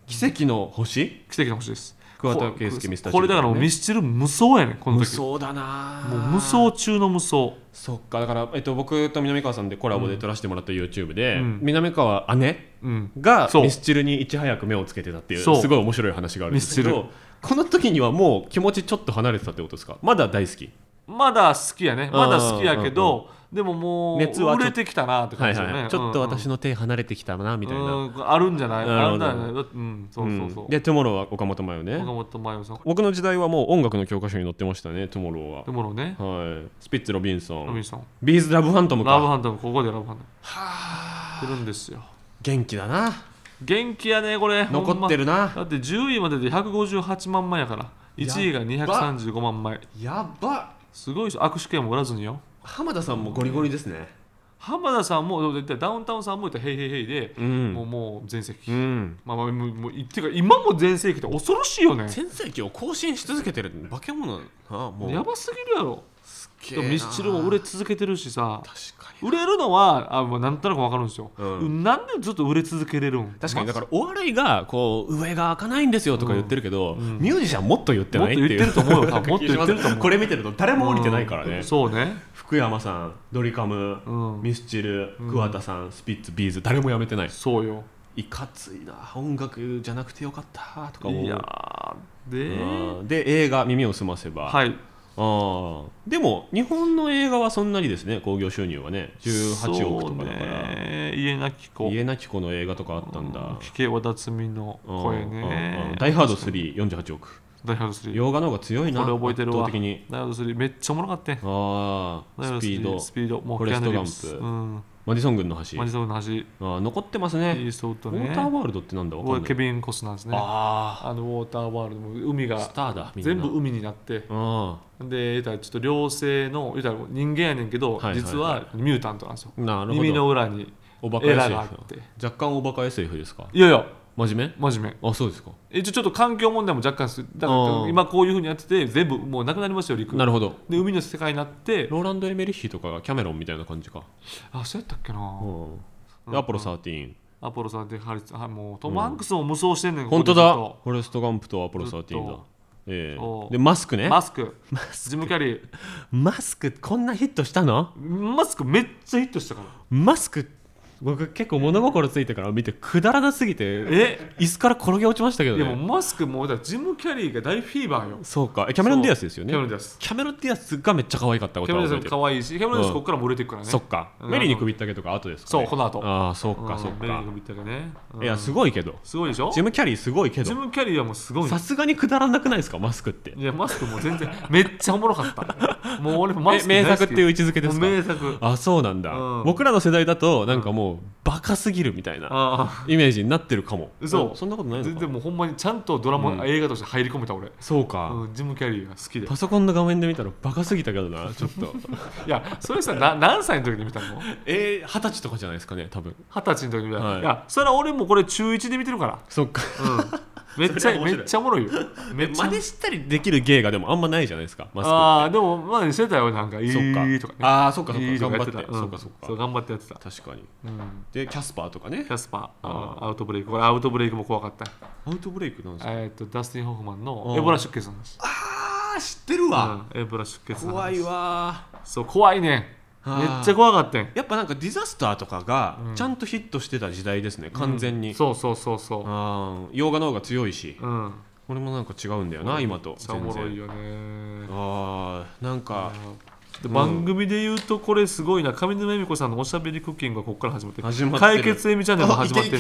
S1: ー奇跡の星
S2: 奇跡の星です
S1: 桑田
S2: こ
S1: 佳祐ミスター
S2: これだからもうミ
S1: ス
S2: スチル無双やねこの
S1: 無
S2: 時
S1: 双だな
S2: もう無双中の無双
S1: そっかだから、えっと、僕と南川さんでコラボで撮らせてもらった YouTube で、
S2: うん
S1: 南川姉
S2: うん
S1: が
S2: そう
S1: ミスチルにいち早く目をつけてたっていう
S2: そう
S1: すごい面白い話があるんですけ
S2: ミス
S1: どこの時にはもう気持ちちょっと離れてたってことですかまだ大好き
S2: まだ好きやねまだ好きやけ
S1: う
S2: どでももう
S1: 熱はちょ
S2: 売れてきたなって感じよね
S1: ちょっと私
S2: の
S1: の手離れてきたなみたいな、
S2: あるんじゃない
S1: な
S2: あ
S1: るほ
S2: るん
S1: ど
S2: じゃないだってうんそうそうそう
S1: うんで「トゥモローは岡本真よね
S2: 岡本真由さん
S1: 僕の時代はもう音楽の教科書に載ってましたね「トゥモローは
S2: でもろね」
S1: はいスピッツ・ロビンソ
S2: ロ
S1: ン
S2: ビンさん
S1: ビーズ・ラブ・ファントムか
S2: ラブハンタムここでラブハンタム来るんですよ
S1: 元気だな
S2: 元気やねこれ
S1: 残って
S2: る
S1: るな、
S2: だって10位までで158万枚やから1位が235万枚
S1: やば
S2: すごい人握手券も売らずによ
S1: 浜田さんもゴリゴリですね
S2: 浜田さんもだってダウンタウンさんも言ったら「ヘイヘイヘイで」
S1: うん
S2: もうもう全席、
S1: うん
S2: まあまあもうもうっていうか今も全盛期って恐ろしいよね
S1: 全盛期を更新し続けてる化け物だなもう
S2: やばすぎるやろでもミスチルも売れ続けてるしさ
S1: 確かに
S2: 売れるのはあ、まあ、なんとなく分かるんですよ、
S1: うん
S2: なんでずっと売れ続けれるん
S1: 確かにだかららお笑いがこう上が開かないんですよとか言ってるけど、
S2: うん
S1: ミュージシャンもっと言ってないっていう
S2: もっと言ってると 思うよ
S1: なんか
S2: もっと言ってると思う
S1: これ見てると誰も降りてないからね、
S2: そうね
S1: 福山さんドリカム、
S2: うん
S1: ミスチル
S2: うん
S1: 桑田さんスピッツビーズ誰もやめてない
S2: そうよ
S1: いかついな音楽じゃなくてよかったとか思う
S2: いやーで
S1: うんで映画「耳をすませば」
S2: はい
S1: あーでも日本の映画はそんなにですね興行収入はね18億とかだか
S2: そう
S1: ら、
S2: ね家なき子
S1: 家なき子の映画とかあったんだ
S2: 聞け和田摘の
S1: うん
S2: 声
S1: うんう
S2: ね
S1: んダイ・ハード348億
S2: ダイハード3
S1: 洋画の方が強いな
S2: これ覚えてるわ
S1: 圧倒的に
S2: ダイハード3めっちゃおもろかったよ
S1: ああスピード
S2: スピードもう
S1: フォレスト
S2: キアヌリーブス
S1: ガンプ
S2: うん
S1: マディソン軍の橋
S2: マジソンの橋
S1: あー残ってます
S2: イ
S1: ね
S2: ーストウッド
S1: ウォ
S2: ね
S1: ーターワールドってなんだわかんない
S2: ケビン・コスナーですねあ
S1: あ
S2: のウォーターワールドも海
S1: あ
S2: が
S1: スターだみんな
S2: 全部海になって
S1: あ
S2: で言うたらちょっと両性の言うたら人間やねんけど、
S1: はいはいはい
S2: 実はミュータントなんですよ
S1: あなるほ
S2: 耳
S1: ど
S2: の裏に
S1: おバカ
S2: エラがあっ
S1: SF
S2: て
S1: 若干おバカ SF ですか
S2: いやいや
S1: 真面
S2: 真面目
S1: 目あそうですか
S2: 一応ちょっと環境問題も若干するだか
S1: あ
S2: ら
S1: ー
S2: 今こういうふうにやってて全部もうなくなりますよ陸
S1: なるほど
S2: で海の世界になって
S1: ローランド・エメリッヒとかがキャメロンみたいな感じか、
S2: あそうやったっけな、
S1: でアポロ13
S2: アポロさんでハリスはいもうトム・ハンクスも無双してんねん、こ
S1: 本当
S2: こでずっ
S1: だ
S2: と
S1: フォレスト・ガンプとアポロ
S2: ずっと
S1: 13だええ
S2: そう
S1: でマスクね
S2: マスクジム・キャリー
S1: マスクこんなヒットしたの
S2: マスクめっちゃヒットしたから
S1: マスク僕結構物心ついてから見てくだらなすぎて
S2: え
S1: 椅子から転げ落ちましたけど
S2: でも
S1: ね
S2: マスクもうだからジム・キャリーが大フィーバーよ
S1: そうかえキャメロン・ディアスですよね
S2: キャメロンディアス
S1: キャメロン・ディアスがめっちゃ可愛かったこと
S2: キャメ
S1: は
S2: ロンデ
S1: 覚
S2: ィ
S1: え
S2: ア
S1: て
S2: ス
S1: る
S2: 可愛いしキャメロン
S1: う
S2: ディア
S1: ん
S2: スここからも売れていくからね
S1: そっか
S2: うん
S1: メリーに首ったけとか後ですか、
S2: そ
S1: ね、
S2: うこの後
S1: ああそっか
S2: うん
S1: そっ
S2: メリー
S1: か
S2: に、首ったけねうん
S1: いやすごいけど
S2: すごいでしょ
S1: ジム・キャリーすごいけ
S2: ジ
S1: ど
S2: ム・キャリーはもうすごい
S1: さすがにくだらなくないですかマスクって
S2: いやマスクも全然めっちゃおもろか ったもう俺マ
S1: え
S2: スク
S1: 名
S2: 大好き
S1: 作っていう位置づけですか
S2: もう名作
S1: あそうなんだ、
S2: うん
S1: 僕らの世代だとなんかもうバカすぎるみたいな
S2: あ
S1: イメージになってるかも
S2: 嘘
S1: あそんなことない
S2: あ
S1: のか
S2: 全然もうほんまにちゃんとドラマ、
S1: うん
S2: 映画として入り込めた俺、
S1: そうか、
S2: うん、ジム・キャリーが好きで
S1: パソコンの画面で見たらバカすぎたけど なちょっと
S2: いやそれさな何歳の時に見たの
S1: えー二、十歳とかじゃないですかね多分
S2: 二十歳の時に見たの、
S1: はい
S2: い、やそれは俺もこれ中1で見てるから、
S1: そっか
S2: うん、めっち
S1: それ
S2: ゃ
S1: は面
S2: め
S1: 白い
S2: っちゃおもろいよめっちゃ
S1: 真似したりできる芸がでもあんまないじゃないですかマスク
S2: ああでもまあしてたよなんかい
S1: そっか
S2: いとかね
S1: ああそっかそっ
S2: いい
S1: か
S2: と
S1: 頑
S2: か
S1: 張
S2: や
S1: ってて
S2: た、
S1: そうっ
S2: ん
S1: かそっ
S2: そう
S1: か
S2: 頑張ってやってた、
S1: 確かに
S2: うん、
S1: でキャスパーとかね
S2: キャスパーあ
S1: あ
S2: ーアウトブレイクこれアウトブレイクも怖かった
S1: アウトブレイクなんですか
S2: えー、とダスティン・ホフマン
S1: う
S2: の
S1: ん
S2: エボラ出血の話、
S1: ああ知ってる
S2: うんエボラ出血の話
S1: 怖いわ
S2: そう怖いね
S1: あ
S2: め
S1: ー
S2: っちゃ怖かったん
S1: やっぱなんかディザスターとかがちゃんとヒットしてた時代ですね、完全に、
S2: そうそうそうそ
S1: ああ洋画の方が強いし
S2: ううん
S1: これもなんか違うんだよな今と
S2: めっちゃおもろい
S1: 全然
S2: よね
S1: ああなんか
S2: で番組で言うとこれすごいな上沼恵美子さんの「おしゃべりクッキング」がここから始まって
S1: 始まってる
S2: 解決恵美チャンネルも始まってる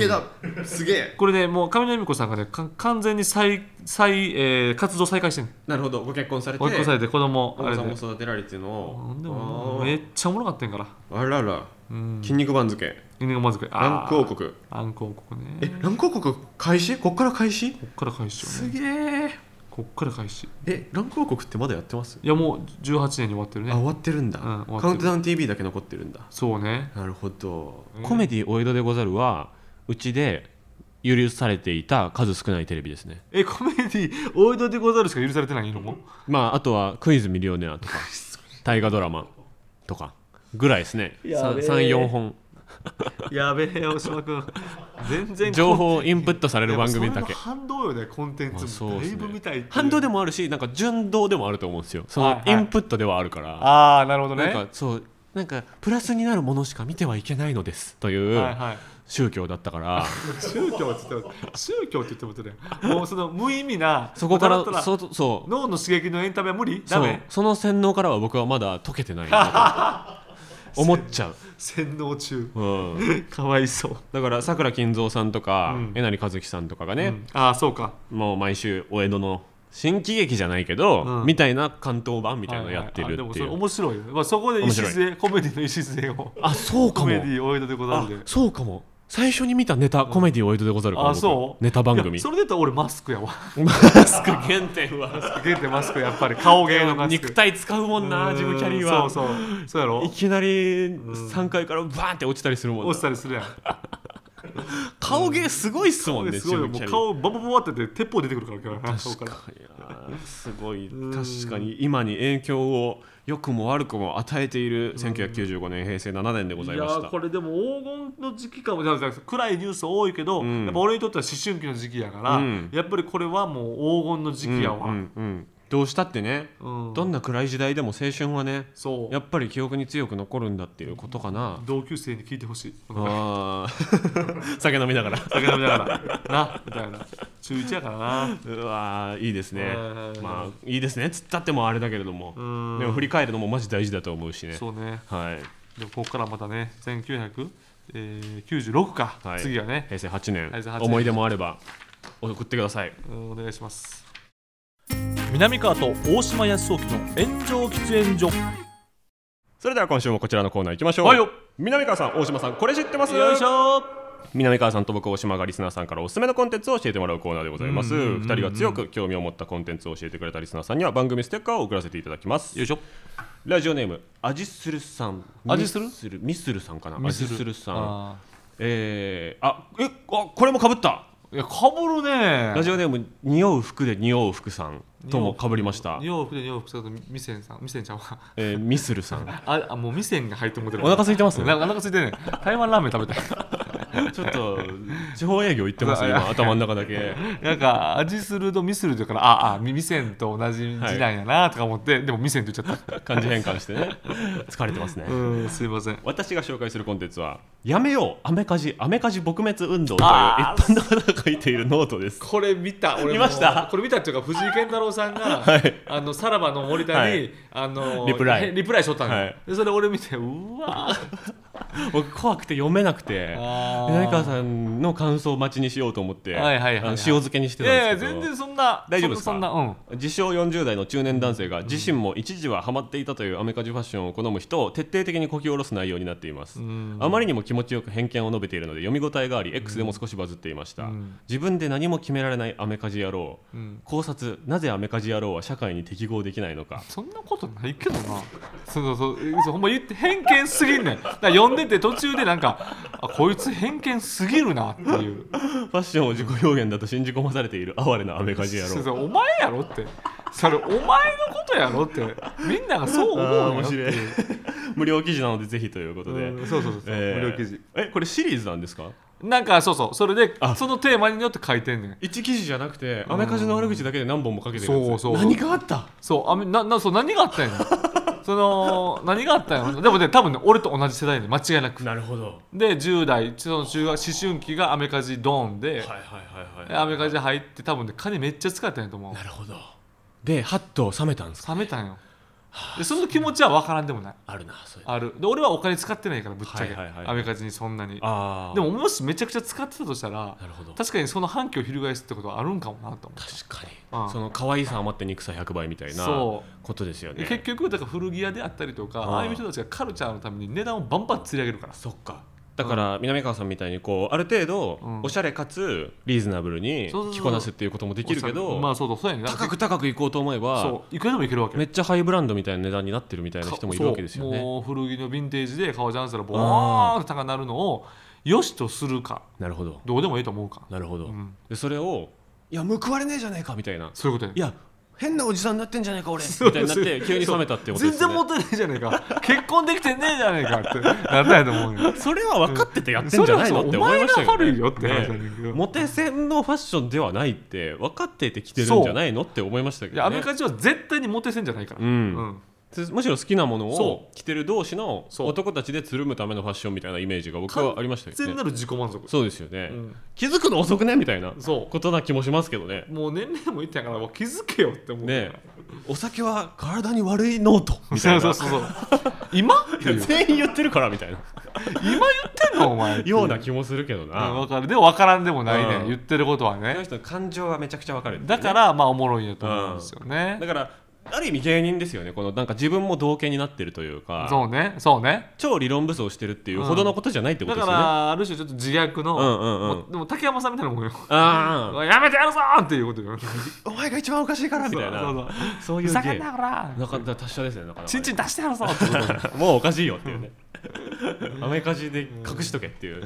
S1: すげえ
S2: これねもう上沼恵美子さんがねか完全に再再、えー活動再開してる
S1: なるほどご結婚されて
S2: 追い越されて子供
S1: お
S2: あ
S1: 子
S2: れ
S1: さんも
S2: で
S1: 育てられての
S2: でもめっちゃおもろかったんやから
S1: ああらら
S2: うん
S1: 筋肉番付
S2: 犬がまずく
S1: 乱高国
S2: 暗黒国ね
S1: え乱高国開始こっから開始
S2: こっから開始よね
S1: げえ
S2: こっから開始
S1: え乱高国ってまだやってます
S2: いやもう18年に終わってる
S1: あ終
S2: ね
S1: わってるんだ
S2: うん終わってる
S1: カウントダウン TV だけ残ってるんだ
S2: そうね
S1: なるほど
S2: うん
S1: コメディお江戸でござるはうちで許されていた数少ないテレビですね
S2: えコメディ大江戸でござるしか許されてないのも
S1: まああとはクイズミリオネアとか大河ドラマとかぐらいですね
S2: やべえ
S1: 34本
S2: やべえ大島君全然
S1: 情報インプットされ
S2: や
S1: る
S2: っぱ
S1: 番
S2: それ
S1: 組
S2: の
S1: だけ
S2: 反動よねコンテン
S1: まあ
S2: ツ
S1: そ
S2: も
S1: う
S2: だ
S1: で
S2: い
S1: す
S2: ぶ見たいっていう
S1: 反動でもあるしなんか順動でもあると思うんですよそ
S2: はい
S1: の
S2: はい
S1: インプットではあるから、
S2: ああなるほどね
S1: なんかそうなんかプラスになるものしか見てはいけないのですとい
S2: はいうはい
S1: 宗教だったから、
S2: 宗教って言ってます宗教って言ってもねもうその無意味な
S1: そこか
S2: だった
S1: らそそう
S2: 脳の刺激のエンタメは無理ダ
S1: そう
S2: メ
S1: その洗脳からは僕はまだ解けてないなと 思っちゃ
S2: 洗脳中
S1: う、うん、
S2: かわいそう、
S1: だからさくら金蔵さんとか、
S2: うん
S1: えなりかずきさんとかがね、
S2: うんああそうか
S1: もう毎週お江戸の新喜劇じゃないけど、
S2: うん
S1: みたいな関東版みたいなのやって
S2: は
S1: る
S2: はあ
S1: って
S2: で
S1: い
S2: も
S1: う、
S2: それ面白いよ、まあ、そこで礎コメディの礎を
S1: あそうか
S2: コ
S1: も
S2: メディ大江戸でござる
S1: あ
S2: んで
S1: そうかも最初に見たネタ、コメディお江戸でござるから
S2: あそう
S1: ネタ番
S2: い
S1: 組
S2: やそれで言ったら俺マスクやわ
S1: マスク原点は
S2: 原点マスクやっぱり顔芸のマスク
S1: 肉体使うもんなジム・キャリー
S2: うん
S1: は
S2: そうそうそうやろ
S1: いきなり3階からバーンって落ちたりするもんな
S2: 落ちたりするやん
S1: 顔芸すごいっすもんね
S2: すごいよもう
S1: ジムキャリー
S2: 顔ババババってやって鉄砲出てくるから今日はな顔
S1: 確
S2: から
S1: かになすごい
S2: うん
S1: 確かに今に影響を良くも悪くも与えている1995年平成7年でございま
S2: や
S1: し
S2: ー
S1: た
S2: これでも黄金の時期かもじゃあじゃあ暗いニュース多いけど、
S1: ん
S2: やっぱ俺にとっては思春期の時期やから、
S1: うん
S2: やっぱりこれはもう黄金の時
S1: うん
S2: 期やわ、
S1: うんうんどうしたってね
S2: うん
S1: どんな暗い時代でも青春はね
S2: そう
S1: やっぱり記憶に強く残るんだっていうことかな
S2: 同級生に聞いてほしい
S1: あー 酒飲みながら
S2: 酒飲みながら なみたいな中1やからな
S1: うわーいいですね
S2: うん
S1: まあいいですねつったってもあれだけれども
S2: うん
S1: でも振り返るのもマジ大事だと思うしね
S2: そうね
S1: はい
S2: でもここからまたね1996か、
S1: はい
S2: 次はね、
S1: 平成8
S2: 平成8
S1: 年
S2: 年
S1: 思い出もあれば送ってください
S2: うんお願いします
S3: 南川と大島康雄の炎上喫煙所
S1: それでは今週もこちらのコーナー行きましょう、
S2: はいよ
S1: 南川さん大島さんこれ知ってます
S2: よいしょ
S1: 南川さんと僕大島がリスナーさんからおすすめのコンテンツを教えてもらうコーナーでございます
S2: うんうんうんうん
S1: 2人が強く興味を持ったコンテンツを教えてくれたリスナーさんには番組ステッカーを送らせていただきます
S2: よいしょ
S1: ラジオネームアジスルさん
S2: アジスル
S1: ミスルミスルさんかなア
S2: ミス
S1: ジ
S2: ル
S1: スルさん
S2: あ
S1: えー、あえあこれもかぶった
S2: ーいやかぶるね
S1: ラジオネーム匂う服で匂う服さんともかぶりました、
S2: 洋服で洋服さんとミセンさんミセンちゃんは
S1: えー、ミスルさ ん
S2: ああもう店が入ってもてる
S1: お腹空いてます
S2: お腹空いてね台湾ラーメン食べたい
S1: ちょっと地方営業行ってます今頭の中だけ
S2: なんか味するとミスルだからああみ店と同じ字なんやなとか思って、でも店って言っちゃった
S1: 漢字変換してね疲れてますね、
S2: うんすいません
S1: 私が紹介するコンテンツは「やめようアメカジアメカジ撲滅運動」という一
S2: あ
S1: 般の方が書いているノートです
S2: これ見た俺も
S1: 見ました
S2: これ見たっていうか藤井健太郎さん が、
S1: はい
S2: あのさらばの森田に、
S1: はい
S2: あの
S1: リプライ
S2: リプライしとったのよ、
S1: はい
S2: でそれ俺見てうわー
S1: 僕怖くて読めなくて
S2: あー
S1: 南川さんの感想待ちにしようと思って
S2: はいはいはい
S1: あ
S2: はい
S1: の塩漬けにして
S2: い
S1: た
S2: やいや
S1: んですけ
S2: 全
S1: ど
S2: 然そんな
S1: 大丈夫ですか
S2: そんなそんな
S1: 自称40代の中年男性が自身も一時はハマっていたというアメカジファッションを好む人を徹底的にこき下ろす内容になっています、
S2: うん
S1: あまりにも気持ちよく偏見を述べているので読み応えがあり X でも少しバズっていました、
S2: うん
S1: 自分で何も決められないアメカジ野郎
S2: うん、うん、
S1: 考察なぜアメカジ野郎は社会に適合できないのか
S2: そんなことないけどなそうそうそうそうほんま言って偏見すぎんねんだから読んでて途中でなんかあこいつ偏見すぎるなっていう
S1: ファッションを自己表現だと信じ込まされている哀れなアメカジ野
S2: そう
S1: 郎
S2: そうお前やろってそれお前のことやろってみんながそう思う
S1: あー
S2: のよ
S1: 面
S2: って
S1: 白い 無料記事なのでぜひということで、
S2: うんそうそうそうそう、
S1: えー
S2: 無料記事
S1: えこれシリーズなんですか
S2: なんかそうそうそれで
S1: あ
S2: そのテーマによって書いてんねん
S1: 一記事じゃなくてアメカジの悪口だけで何本もかけてるやつ
S2: そうそう
S1: 何があった
S2: そうあめななそう何があったん やその何があったんやでもね多分ね俺と同じ世代で間違いなく
S1: なるほど
S2: で10代その中学思春期がアメカジドーンで、
S1: はいはいはいはい
S2: アメカジ入って多分ね金めっちゃ使ったんやと思う
S1: なるほどでハッと冷めたんですか
S2: 冷めたんよでその気持ちは分からんでもない
S1: あるなそれ
S2: あるで俺はお金使ってないからぶっちゃけ、
S1: はいはいはい
S2: アメカジにそんなに
S1: あー
S2: でももしめちゃくちゃ使ってたとしたら
S1: なるほど
S2: 確かにその反響を翻すってことはあるんかもなと思う
S1: 確
S2: う
S1: か
S2: ん
S1: にその可愛さ余って肉さ100倍みたいな
S2: そ
S1: ことですよ
S2: で
S1: ね
S2: 結局だから古着屋であったりとか
S1: あー
S2: ああいう人たちがカルチャーのために値段をバンバン釣り上げるから
S1: そっかだから南川さんみたいにこうある程度
S2: うん
S1: おしゃれかつリーズナブルに
S2: そうそうそう
S1: 着こなすっていうこともできるけ
S2: まあ
S1: ど
S2: そうだそうやね
S1: 高
S2: く
S1: く高く行こうと思えば
S2: そういくらでもいけるわけ
S1: めっちゃハイブランドみたいな値段になってるみたいな人もいるわけですよ
S2: そう
S1: ね
S2: もう古着のヴィンテージで革ジャンしたらボー
S1: あ
S2: ンと高くなるのをよしとするか
S1: なるほど
S2: どうでもいいと思うか
S1: なるほど
S2: うん
S1: でそれをいや報われねえじゃねえかみたいな
S2: そういうことやね
S1: いや
S4: 変なおじさんになってんじゃないか俺みたいになって急に冷めたってことで
S2: 全
S4: す、
S2: 然
S4: ね、
S2: モテないじゃねえか結婚できてねえじゃねえかってなんだよと思うよ
S4: それは分かっててやってんじゃない
S2: それは
S4: の
S2: そう
S4: って思いましたけど、
S2: お前が悪いよって話なんだけど
S4: ねモテ線のファッションではないって分かってて着てるんじゃないのって思いましたけ
S2: いや
S4: ど、
S2: ア
S4: ね、
S2: メリカ人は絶対にモテせんじゃないから、
S4: うんむしろ好きなもの
S2: そ
S4: を着てる同士の
S2: そう
S4: 男たちでつるむためのファッションみたいなイメージが僕はありました
S2: 完
S4: けど
S2: 全な
S4: ね
S2: る自己満足
S4: そうですよね、
S2: うん
S4: 気づくの遅くねみたいな
S2: そ
S4: ことな気もしますけどね
S2: もう年齢もいってんやからもう気づけよって思う
S4: ねお酒は体に悪いノートみたい
S2: そ
S4: な
S2: うそうそうそう今っていう
S4: 全員言ってるからみたいな
S2: 今言ってんのお前ってい
S4: ような気もするけど
S2: うん
S4: な、
S2: わかるでも分からんでもないね、
S4: うん
S2: 言ってることは
S4: この
S2: ね
S4: 人の感情はめちゃくちゃ分かるんだ
S2: だ
S4: よね、
S2: からまあおもろいんやと思うんですよね、
S4: だからある意味芸人ですよねこのなんか自分も同型になってるというか
S2: そうねそうね
S4: 超理論武装してるっていうほどのことじゃないってこ
S2: だか
S4: とですよね、
S2: らある種ちょっと自虐の、
S4: うんうんうん
S2: もでも竹山さんみたいなもんよ
S4: あ
S2: やめてやるぞーっていうことよ
S4: あお前が一番おかしいからみたいな
S2: そうそう
S4: そう
S2: そう
S4: いう
S2: ふ
S4: 芸
S2: ざけんなほ ら
S4: なかなか達者ですねなかなかね
S2: ちんちん出してやるぞってことよ
S4: もうおかしいよっていうねアメカジで隠しとけっていう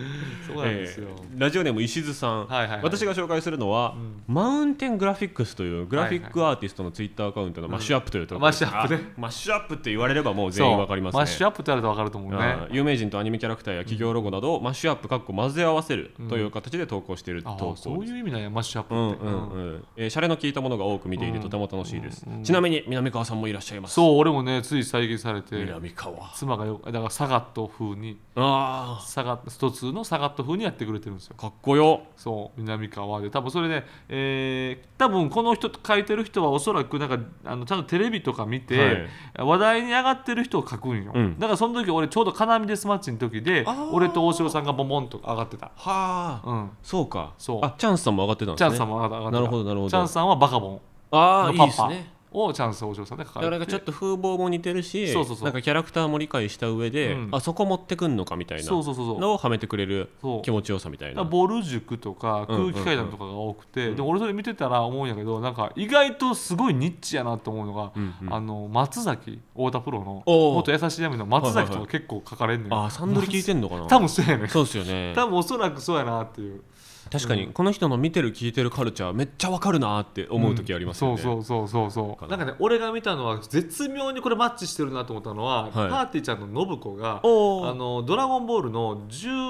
S2: そうなんですよ、
S4: えーラジオネーム石津さん、
S2: はいはいはい
S4: 私が紹介するのは、マウンテングラフィックスというグラフィックアーティストのツイッターアカウントのマッシュアップというところ
S2: マッシュアップね
S4: あマッシュアップって言われればもう
S2: そう
S4: 全員わかりますね
S2: マッシュアップってやると分かると思うね
S4: あー有名人とアニメキャラクターや企業ロゴなどをマッシュアップかっこ混ぜ合わせるという形で投稿している投
S2: あ
S4: 稿
S2: あ
S4: です
S2: そういう意味なんやマッシュアップ
S4: うん
S2: って、
S4: うん
S2: うん
S4: うんえーシャレの効いたものが多く見ていてとても楽しいです、
S2: うんうん
S4: ちなみに南川さんもいらっしゃいます
S2: そう俺もねつい再現されて
S4: 南川
S2: 妻がよだからサガット風に
S4: あ
S2: サガスト2のサガット風にやってくれてるんですよ
S4: ーかっこよ
S2: そう南川で多分それで、えー多分この人書いてる人はおそらくなんかあのちゃんとテレビとか見て、話題に上がってる人を書くんよ、
S4: うん
S2: だからその時俺ちょうど金網デスマッチの時で
S4: あー
S2: 俺と大城さんがボンボンと上がってた、
S4: はあ
S2: うん、
S4: そうか
S2: そう
S4: あチャンスさんも上がってたんで
S2: チ
S4: す
S2: ャンス
S4: ね
S2: さんも上がってた
S4: なるほどなるほど
S2: チャンスさんはバカボン
S4: ああ
S2: の
S4: いい
S2: パ
S4: です
S2: パ
S4: ね
S2: をチャンス大城さんで書か
S4: だ
S2: れ
S4: か
S2: て
S4: らなんかちょっと風貌も似てるし
S2: そうそうそう
S4: なんかキャラクターも理解した上で、
S2: うん
S4: あそこ持ってくんのかみたいな
S2: そうそうそうそう
S4: のをはめてくれる
S2: そう
S4: 気持ちよさみた
S2: だ
S4: い
S2: から
S4: な
S2: ボル塾とか空気階段とかが多くて、で俺それ見てたら思うんやけどなんか意外とすごいニッチやなと思うのが、
S4: うんうん
S2: あの松崎太田プロの
S4: おう
S2: 元優しい闇の松崎と
S4: はいはいは
S2: か結構書かれんねん、
S4: あーサンドリ聞いてんのかな
S2: 多分そうやねん
S4: そうですよね
S2: 多分おそらくそうやなっていう
S4: 確かにこの人の見てる聞いてるカルチャーめっちゃわかるなーって思う時ありますよね、
S2: そうそうそうそうそう
S4: な
S2: なんかね俺が見たのは絶妙にこれマッチしてるなと思ったのは、パ
S4: はい
S2: ーティーちゃんの信子が
S4: おー
S2: あのドラゴンボールの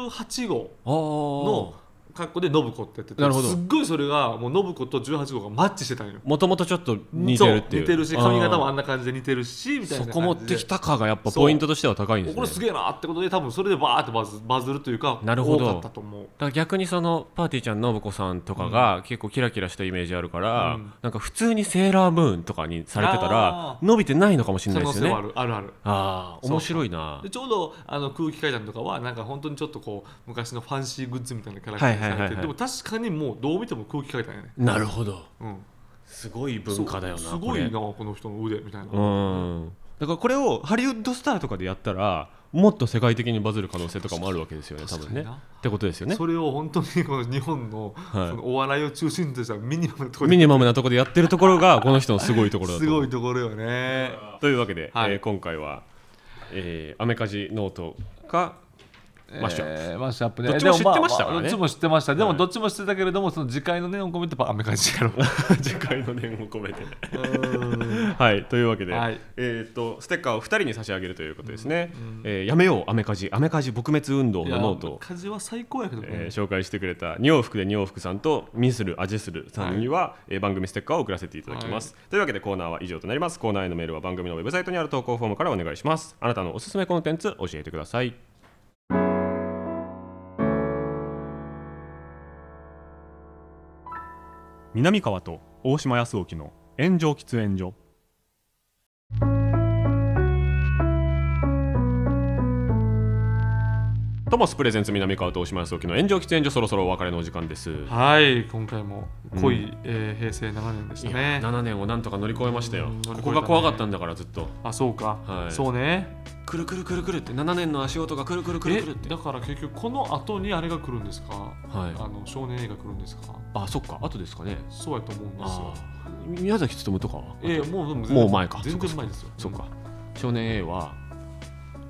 S2: 18号
S4: あの
S2: の格好で信子ってやってて
S4: なるほど
S2: すっごいそれがもう信子と18号がマッチしてたんよ
S4: もともとちょっと似てるってい
S2: そう
S4: う
S2: 似てるし髪型もあ
S4: あ
S2: んな感じで似てるしみ
S4: ー
S2: たいな
S4: そこ持ってき
S2: た
S4: たかがやっぱポイントとしては高いんです
S2: こ
S4: ね
S2: れすげえなってことで多分それでバーってバズバズるというか
S4: なるほど
S2: 多かったと思う
S4: だから逆にそのパーティーちゃん信子さんとかが結構キラキラしたイメージあるから、
S2: うん
S4: なんか普通にセーラームーンとかにされてたら
S2: あ
S4: 伸びてないのかもしれ
S2: 可
S4: ないで
S2: 能
S4: す
S2: 性
S4: よ
S2: はあ
S4: ね
S2: るあるある
S4: ああ面白いな
S2: でちょうどあの空気階段とかはなんか本当にちょっとこう昔のファンシーグッズみたいなキャラクターにされて、
S4: はいはいはいはい
S2: でも確かにもうどう見ても空気階段やね、
S4: なるほど
S2: うん、
S4: すごい文化だよな
S2: す
S4: こ
S2: ごい
S4: れ
S2: なこの人の腕みたいな、
S4: うんだからこれをハリウッドスターとかでやったらもっと世界的にバズる可能性とかもあるわけですよね多
S2: 確か
S4: 分
S2: に
S4: ね
S2: な
S4: ってことですよね
S2: それを本当にこの日本の,、
S4: い
S2: そのお笑いを中心としたミニマムなところ
S4: ミニマムなところでやってるところがこの人のすごいところだと
S2: す
S4: 思う
S2: ごいところよね
S4: というわけで、
S2: はい
S4: えー今回は、えーアメカジノートかマッシュアップ
S2: えーマッシュアップね
S4: どっちも知
S2: で
S4: って
S2: あ
S4: ましたからね
S2: どっちも知ってましたでも
S4: はい
S2: どっちも知ってたけれどもその次回のねお米ってやっぱ雨感じやろ
S4: 次回の念を 込めてはいというわけで、
S2: はい
S4: えーっとステッカーを2人に差し上げるということですね、えーやめようアメカジアメカジ撲滅運動
S2: い
S4: の
S2: や
S4: ノートを、
S2: 風は最高やけどね、
S4: えー紹介してくれた二往復で二往復さんとミスる味するさんには、えー番組ステッカーを送らせていただきます、というわけでコーナーは以上となりますコーナーへのメールは番組のウェブサイトにある投稿フォームからお願いしますあなたのおすすめコンテンツ教えてください
S5: 南川と大島康沖の炎上喫煙所
S4: トモスプレゼンツ南川と大島康沖の炎上喫煙所そろそろお別れのお時間です、
S2: はい今回も濃い、えー平成7年でし
S4: い
S2: た
S4: や
S2: ね
S4: 7年をなんとか乗り越えました
S2: う
S4: よ、
S2: ん乗り越
S4: こ
S2: えたね
S4: こが怖かったんだからずっと
S2: あそうか、
S4: はい
S2: そうね
S4: くるくるくるくるって7年の足音がくるくるくるくるって
S2: えだから結局この後にあれが来るんですか、
S4: はい
S2: あの少年映画来るんですか
S4: あそっか後ですかね
S2: そうやと思うんですよ
S4: 宮崎勤とかは
S2: えー、もうでも全然
S4: もう前か
S2: 全然前ですよ
S4: そっか少年 A は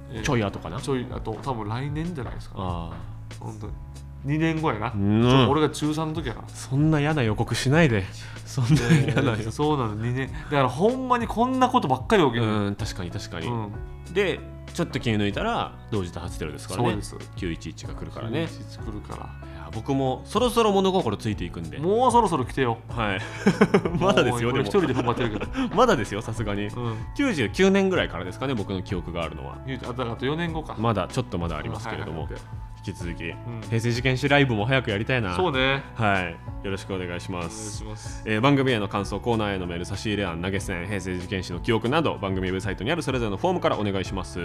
S2: えー
S4: ちょい後かな、
S2: ちょいあと多分来年じゃないですか
S4: あ
S2: 本当に
S4: あ
S2: 2年後やな、
S4: うん
S2: 俺が中3の時やな
S4: そんな嫌な予告し ないでそんな嫌な予
S2: そうなの2年だからほんまにこんなことばっかり起きる、
S4: 告うん確かに確かに、
S2: うん
S4: でちょっと気抜いたら同時多発テロですから
S2: そう
S4: ね
S2: です
S4: 911が来るからね
S2: 数日来るか
S4: いや僕もそろそろ物心ついていくんで
S2: らもうそろそろ来てよ
S4: はい まだですよ
S2: もう俺
S4: で
S2: 一
S4: も
S2: 人で踏ん張ってるけど、
S4: まだですよさすがに
S2: うん、
S4: 99年ぐらいからですかね僕の記憶があるのは
S2: 言うてあだからあと4年後か、
S4: まだちょっとまだありますけれども、
S2: はいはい
S4: 引き続き、
S2: ん
S4: 平成事件史ライブも早くやりたいな
S2: そうね
S4: はいよろしくお願いしま
S2: お願い
S4: す
S2: します
S4: えー番組への感想コーナーへのメール差し入れ案投げ銭平成事件史の記憶など番組ウェブサイトにあるそれぞれのフォームからお願いします、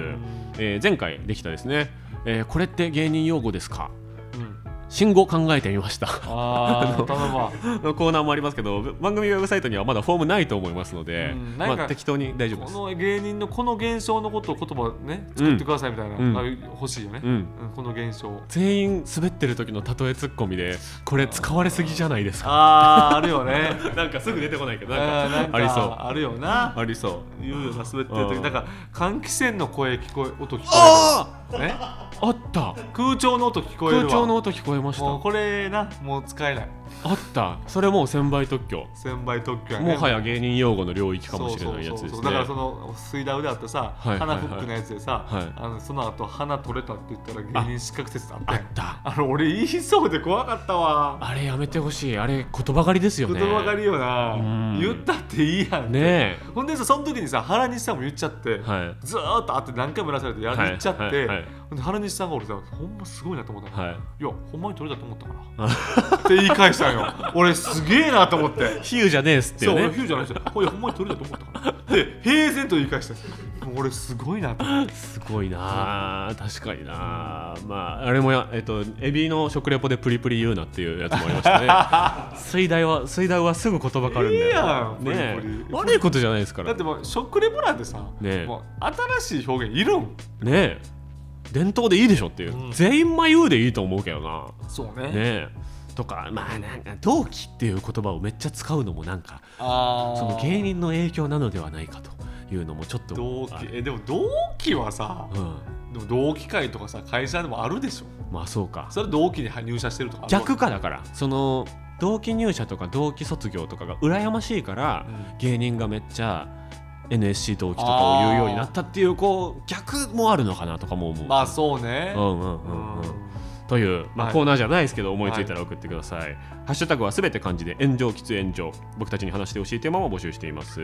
S4: えー前回できたですね、えーこれって芸人用語ですか
S2: うん
S4: 新語考えてみました
S2: ああ頼むわ
S4: のコーナーもありますけど番組ウェブサイトにはまだフォームないと思いますので、
S2: うんなんか
S4: まあ、適当に大丈夫で
S2: こ
S4: す
S2: の芸人のこの現象のことを言葉ね作ってくださいみたいな、
S4: うん
S2: あ欲しいよね、
S4: うん
S2: うんこの現象
S4: 全員滑ってる時の例えツッコミでこれ使われすぎじゃないですか
S2: あああるよね
S4: なんかすぐ出てこないけど
S2: あー
S4: なん
S2: なん
S4: か
S2: か
S4: ありそう
S2: あるよな
S4: ありそう
S2: 言うよな滑ってる
S4: う
S2: 時
S4: ん
S2: なんか換気扇の声聞こえ音聞こ
S4: あ
S2: えるね
S4: ああった
S2: 空調の音聞こえる
S4: 空
S2: わ
S4: 調の音聞こえました
S2: もうこれなもう使えない
S4: あったそれもう専売特許
S2: 千倍特許やね
S4: もはや芸人用語の領域かもしれないやつです
S2: そうそうそうそ
S4: ね
S2: うだからその水ダウであったさ、
S4: はいはいはい
S2: 花フックのやつでさ、
S4: はい
S2: あのその後花取れたって言ったら芸人失格説あった
S4: あ
S2: や
S4: っ
S2: ん
S4: た
S2: あの俺言いそうで怖かったわ
S4: あれやめてほしいあれ言葉狩りですよ
S2: 言
S4: ね
S2: 葉狩りよな、
S4: うん
S2: 言ったっていいやん、
S4: ね
S2: ほんでさその時にさ原西さんも言っちゃって、
S4: えはい
S2: ずーっと会って何回もやらされてや
S4: はい
S2: 言っちゃって、
S4: はいはい
S2: ほんで原西さんが俺さほんますごいなと思ったの、
S4: はい
S2: いやほんまに取れたと思ったからって言い返したん よ俺すげえなと思って
S4: 比喩じゃねえっすって
S2: そう、俺
S4: ね
S2: ヒューじゃないですよ。これほんまに取れたと思ったから。で、平然と言い返した。もう俺すごいなと思って。
S4: すごいなあ確かになあまああれもやえっとエビの食レポでプリプリ言うなっていうやつもありま したね水大は水大はすぐ言葉狩るん
S2: いい
S4: だよ
S2: やん、
S4: ね
S2: プリプリ
S4: え悪いことじゃないですか
S2: だ
S4: ら
S2: っ
S4: ね
S2: てもう食レポなんてさ、
S4: ねえ
S2: もう新しい表現いるん。
S4: え伝統でいいでしょっていう、
S2: うん
S4: 全員ま言うでいいと思うけどな
S2: そうね。
S4: ねえとかまあなんか同期っていう言葉をめっちゃ使うのもなんか
S2: ああ。
S4: その芸人の影響なのではないかというのもちょっと
S2: 同
S4: あ
S2: 期
S4: る
S2: えでも同期はさ
S4: うん
S2: でも同期会とかさ会社でもあるでしょ
S4: まあそうか
S2: それ同期に入社してるとかある
S4: 逆かだからその同期入社とか同期卒業とかが羨ましいから、
S2: うん
S4: 芸人がめっちゃ NSC 同期とかを言うようになったっていうこう逆もあるのかなとかも思う、
S2: まあそうね
S4: うんうんうんうんという、ま
S2: は
S4: あ、
S2: い
S4: コーナーじゃないですけど思いついたら送ってください、ハッシュタグはすべて漢字で炎上喫煙所僕たちに話してほしいテーマも募集しています、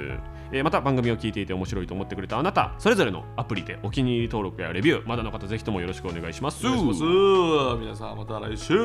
S4: えーまた番組を聞いていて面白いと思ってくれたあなたそれぞれのアプリでお気に入り登録やレビューまだの方ぜひともよろしくお願いします
S2: そうです皆さんまた来週